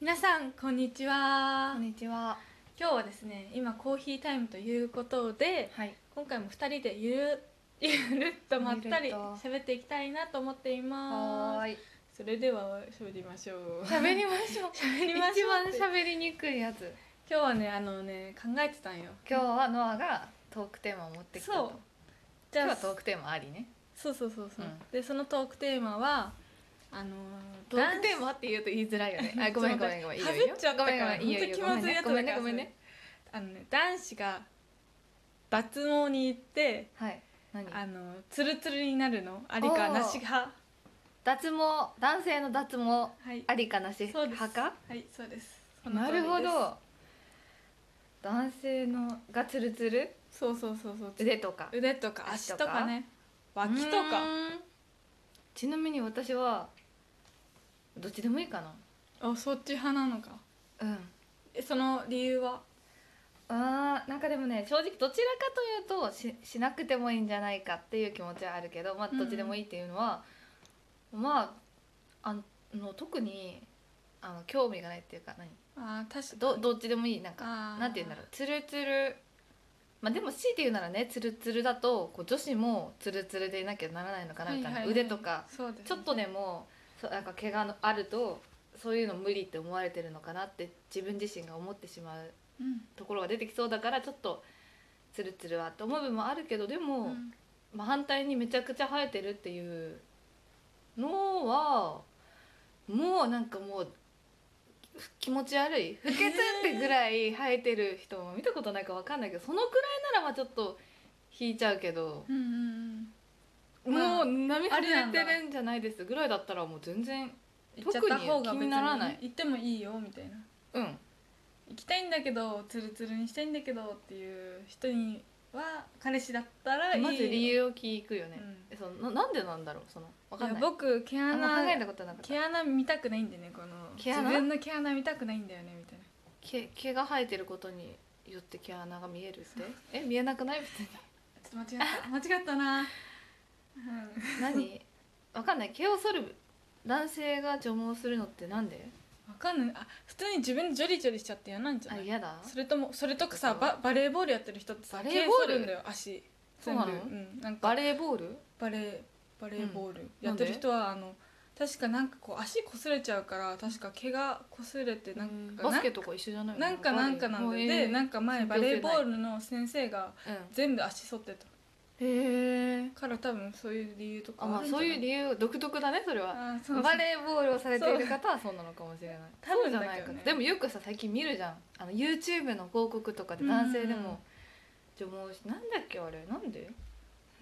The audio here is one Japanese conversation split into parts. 皆さんこんにちはこんにちは。今日はですね今コーヒータイムということではい。今回も2人でゆるゆるっとまったりゆるっと喋っていきたいなと思っていまはすーい。それでは喋りましょう喋りましょう。 喋りまし一ょ番うって喋りにくいやつ。今日はねあのね考えてたんよ今日はノアがトークテーマを持ってきたそうと。じ今日ゃあはトークテーマありね。そうそうそうそう、うんでそのトークテーマはあのトークテ男子ーマって言うと言いづらいよ ね。あ、ごめんごめんごめん。いいよいいかよぶっちゃったごかめんごらめん。いいよいいよ。ごめ本当気まずいやつんねごめんだかねらごめんね。あのね男子が脱毛に行ってはい。何？あのツルツルになるのありかなし派脱毛男性の脱毛はいありかなしそうです派か？はいそうですそのな通りるですほど。男性のがツルツルそうそうそうそう腕とか。腕とか足足ととかかね脇とうかーんちなみに私はどっちでもいいかあそっち派なのかなうんえその理由はあーなんかでもね正直どちらかというとししなくてもいいんじゃないかっていう気持ちはあるけどまあうんどっちでもいいっていうのは、まああの特にあの興味がないっていうか何あー確かどどっちでもいいなんかあーなんて言うんだろうツルツルまあでも強いて言うならねツルツルだとこう女子もツルツルでいなきゃならないのかなみたいな、はいはいはい腕とかそうですねちょっとでもそうなんか怪我のあるとそういうの無理って思われてるのかなって自分自身が思ってしまううんところが出てきそうだからちょっとツルツルはって思う部分もあるけどでも、うんまあ、反対にめちゃくちゃ生えてるっていうのはもうなんかもう気持ち悪い不潔ってぐらい生えてる人も見たことないかわかんないけどそのくらいならまあちょっと引いちゃうけど。うんうんまもあう波外あれりなんてだるんじゃないですぐらいだったらもう全然行っちゃった方が特に気にならない別行ってもいいよみたいなうん行きたいんだけどツルツルにしたいんだけどっていう人には彼氏だったらいいまず理由由を聞くよね、えそのななんでなんだろうそのわかんない僕毛あんま考え穴たことなかった毛穴見たくないんでねこの毛穴自分の毛穴見たくないんだよねみたいな毛毛が生えてることによって毛穴が見えるってえ見えなくない別にちょっと間違った間違ったな、うん、 何わかんない毛を剃る男性が除毛するのってなんでわかんないあ普通に自分でジョリジョリしちゃって嫌なんじゃあない嫌だそれともそれとかそさうババレーボールやってる人ってさバ毛レーボー剃ルるんだよ足そうなのうん、なんかバレーボールバレーバレーボール、んやってる人はあの確かなんかこう足擦れちゃうから確か毛が擦れてなんかバスケとか一緒じゃないなんかなんかなんでで、でなんか前バレーボールルの先生が全部足剃ってたへえから多分そういう理由とかあまあるんじゃそうないいう理由独特だねそれはあそうそうバレーボールをされている方はそうなのかもしれない多分そうじだゃけどなねいかなでもよくさ最近見るじゃんあの YouTube の広告とかで男性でうんうんうんも除毛しなんだっけあれなんで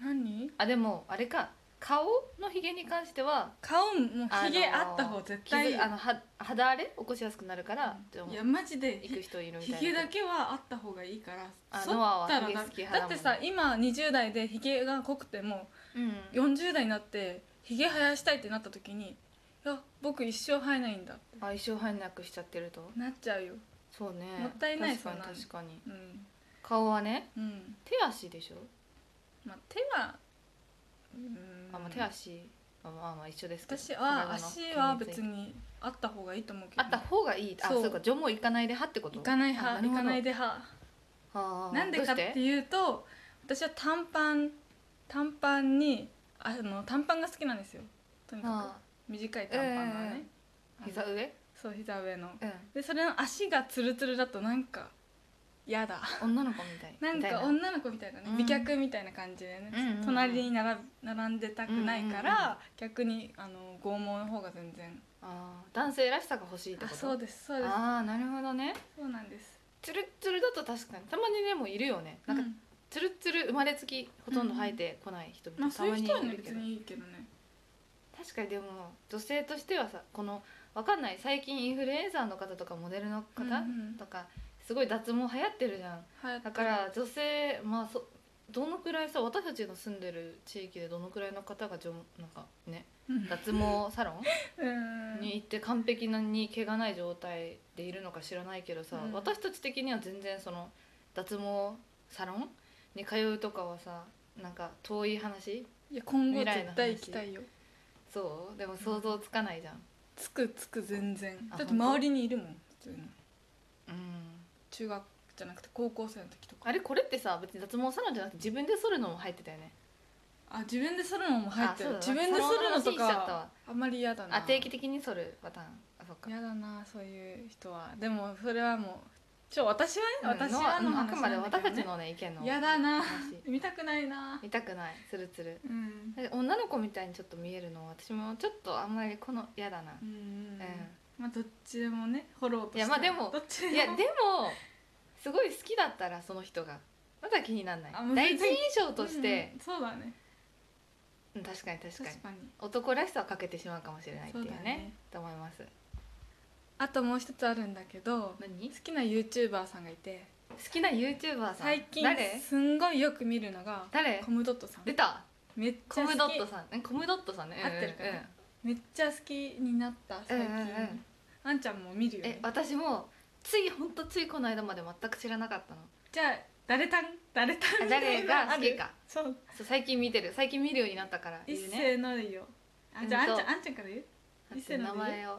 何あでもあれか顔のひげに関しては顔もあのひげあった方絶対いい傷あのは肌荒れ起こしやすくなるから除い毛やマジで行く人いるみひたいげなだけはあった方がいいからあ剃っノアはたらひげだ好きだ派っだもんてねさ今20代でひげが濃くてもうん40代になってひげ生やしたいってなった時にいや僕一生生えないんだって相性配なくしちゃってるとなっちゃうよそうねもったいない確そんかなのに確かにうん顔はねうん手足でしょまあ手はうんあまあ手足あまあまあ一緒ですけど私は体の足は筋肉別にあった方がいいと思うけどあね、った方がいいあそそううか除毛行かないで派ってこと行かない派あ行るほどかないで派あーなんでかっどうてしていうと私は短パン短パンにあの短パンが好きなんですよとにかあく短い短パンがね、ー膝あの上そう膝上のうんでそれの足がツルツルだとなんか嫌だ女の子みたいなんみたいか女の子みたいなね、うん美脚みたいな感じでね、うんうんうん隣に並並んでたくないから、うんうんうん逆にあの剛毛の方が全然あー男性らしさが欲しいってあことそうですそうですあーなるほどねそうなんですツルッツルだと確かにたまにでもいるよねなんかうんツルッツル生まれつきほとんど生えてこない人みたまあいなたそういうまにい人はねるけ別どにいいけどね確かにでも女性としてはさこのわかんない最近インフルエンサーの方とかモデルの方うんうんとかすごい脱毛流行ってるじゃん流行ってだるから女性まあそどのくらいさ私たちの住んでる地域でどのくらいの方がじょなんかねうん脱毛サロうんンに行って完璧なに毛がない状態でいるのか知らないけどさ、うん私たち的には全然その脱毛サロンに通うとかはさなんか遠い話いや今後未来の絶対行きたいよそうでも想像つかないじゃん、つくつく全然あだって周りにいるもん普通にうん中学じゃなくて高校生の時とかあれこれってさ別に脱毛サロンじゃなくて自分で剃るのも入ってたよねあ自分で剃るのも入ってるあ自そうだ分で剃るのとその話しちゃったかわあんまり嫌だなあ定期的に剃るパターンあそっか嫌だなそういう人はでもそれはもうちょ私はうんね私はののあ話くまでなんだ私けたどねちのね意見の嫌だな話見たくないな見たくないツルツルうん女の子みたいにちょっと見えるのは私もちょっとあんまりこの嫌だなううんんまあどっちでもねフォローとしていやまあでもどっちいでやもでもすごい好きだったらその人がまだ気にならないあもう第全然一印象としうてん、そうだねうん確かに確か確にかに男らしさは欠けてしまうかもしれないっていうねそうだねと思いますあともう一つあるんだけど好何好きな YouTuber さんがいてきな YouTuber さん最近誰すんごいよく見るのが誰コムドットさん出ためっちコゃ好ムきドットさんえコムドットさんね合ってるかなめっちゃ好きになった最近、うんうんうんあんちゃんも見るよ、えね、私もついほんとついこの間まで全く知らなかったのじゃあ誰たん誰たんあみたい誰がなのあ好るきかそうそう最近見てる最近見るようになったから一言うね斉のでいいよあじゃああんうちんとゃんあんちゃんから言う待っ一て世の名で前を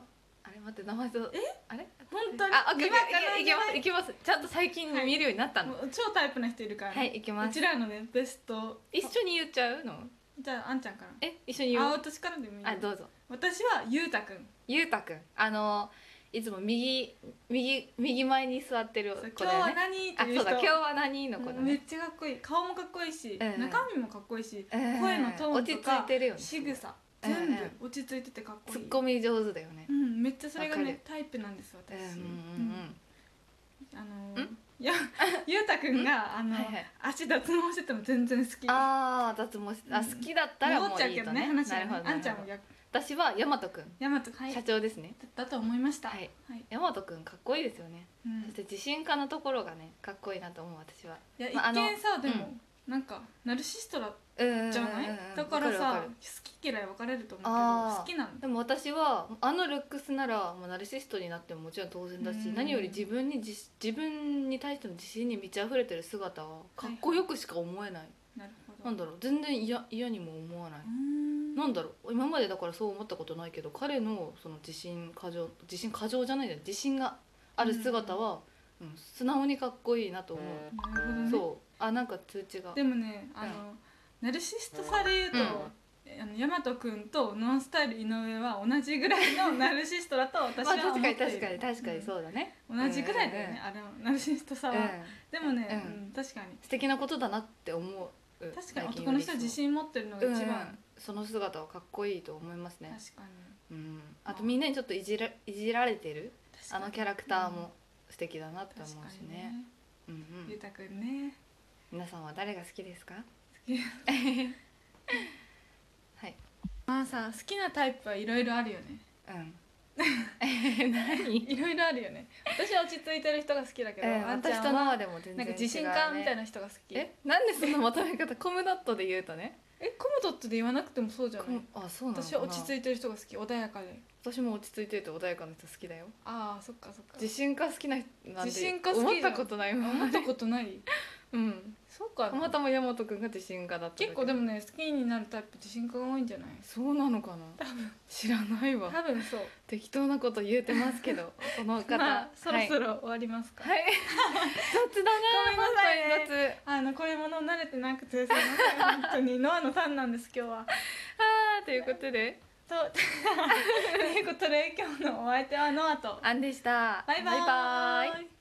あれ待って名前とえあれ本当にあオッケーオ今ッケーからいけますいけますちゃんと最近見るようになったのもう超タイプな人いるから、はいいけうますちらのねベスト一緒に言っちゃうのじゃああんちゃんからえ一緒に言あう私からでもいいあどうぞ私はゆうたくんゆうたくんあのいつも右右右前に座ってるそう子今日だよはね何ってあいうそ人うだ今日は何の子だめっねちゃかっこいい顔もかっこいいし、うん中身もかっこいいし、うん声のトーンと落ち着かいてるよね仕草全うん部落ち着いててかっこツいいッコミ上手だよねうん、めっちゃそれがわかねるタイプなんですうんうん私、うんうんあのーん いやゆうたくんがあの、はいはい足脱毛してても全然好きああ脱毛しあうん好きだったら戻もっうちゃういいけどとねね話なはるねほどあんちゃんなもるほどや私は大和くん大和はい社だ長ですねだと思いましたはいはい大和くんかっこいいですよねうんそして自信家のところがねかっこいいなと思う私はいや一まああの見さでも、なんかナルシストだうんうんうんうんじゃない、だからわさるわる好き嫌い分かれると思あーうけど好きなのでも私はあのルックスならもうナルシストになってももちろん当然だしうん何より自分に自自分に対しての自信に満ち溢れてる姿はかっこよくしか思えない、なるほどなんだろう全然嫌嫌にも思わない、うんなんだろう今までだからそう思ったことないけど彼のその自信過剰自信過剰じゃないじゃん自信がある姿は、うん素直にかっこいいなと思う、なるほどねそうあなんか通知がでもねあの、ナルシストさで言うと、あのヤマト君とノンスタイル井上は同じぐらい のナルシストだと私まはあ思って確いる、かに確かに確かにそうだね、うん同じぐらいだよね、あれはナルシストさは、うんでもね、うんうん確かに素敵なことだなって思う確かに男の人は自信持ってるのが一番、一番、うんその姿はかっこいいと思いますね確、かうん、あとみんなにちょっといじらいじられてるにあのキャラクターも素敵だなって思う確かしにね、うんうんゆうたくんね皆さんは誰が好きですか好きはいまあさ好きなタイプはいろいろあるよねうん何、 いろいろあるよね私は落ち着いてる人が好きだけど、えー、あんち私ゃんとは縄でも全然違う、なね、んか自信家みたいな人が好きえなんでそのまとめ方コムドットで言うとねえコムドットで言わなくてもそうじゃコないムあそうなのか私なは落ち着いてる人が好き穏やかで私も落ち着いてて穏やかな人好きだよああそっかそっか自信家好きな人なん自信て家好きじゃん思ったことないもん思ったことないうんそうかたなまたま大和くんが自信家だっただけ結構でもね好きになるタイプ自信家が多いんじゃないそうなのかな知らないわ 多分そう適当なこと言うてますけ どこの方、まあそろはいそろ終わりますか、 はい。雑だな。ごめんなさいね本当に雑。あのこういうもの慣れてなくてすいません本当 にノアのファンなんです今日はあーということで、 とということで今日のお相手はノアとアンでした。バイババイバイイ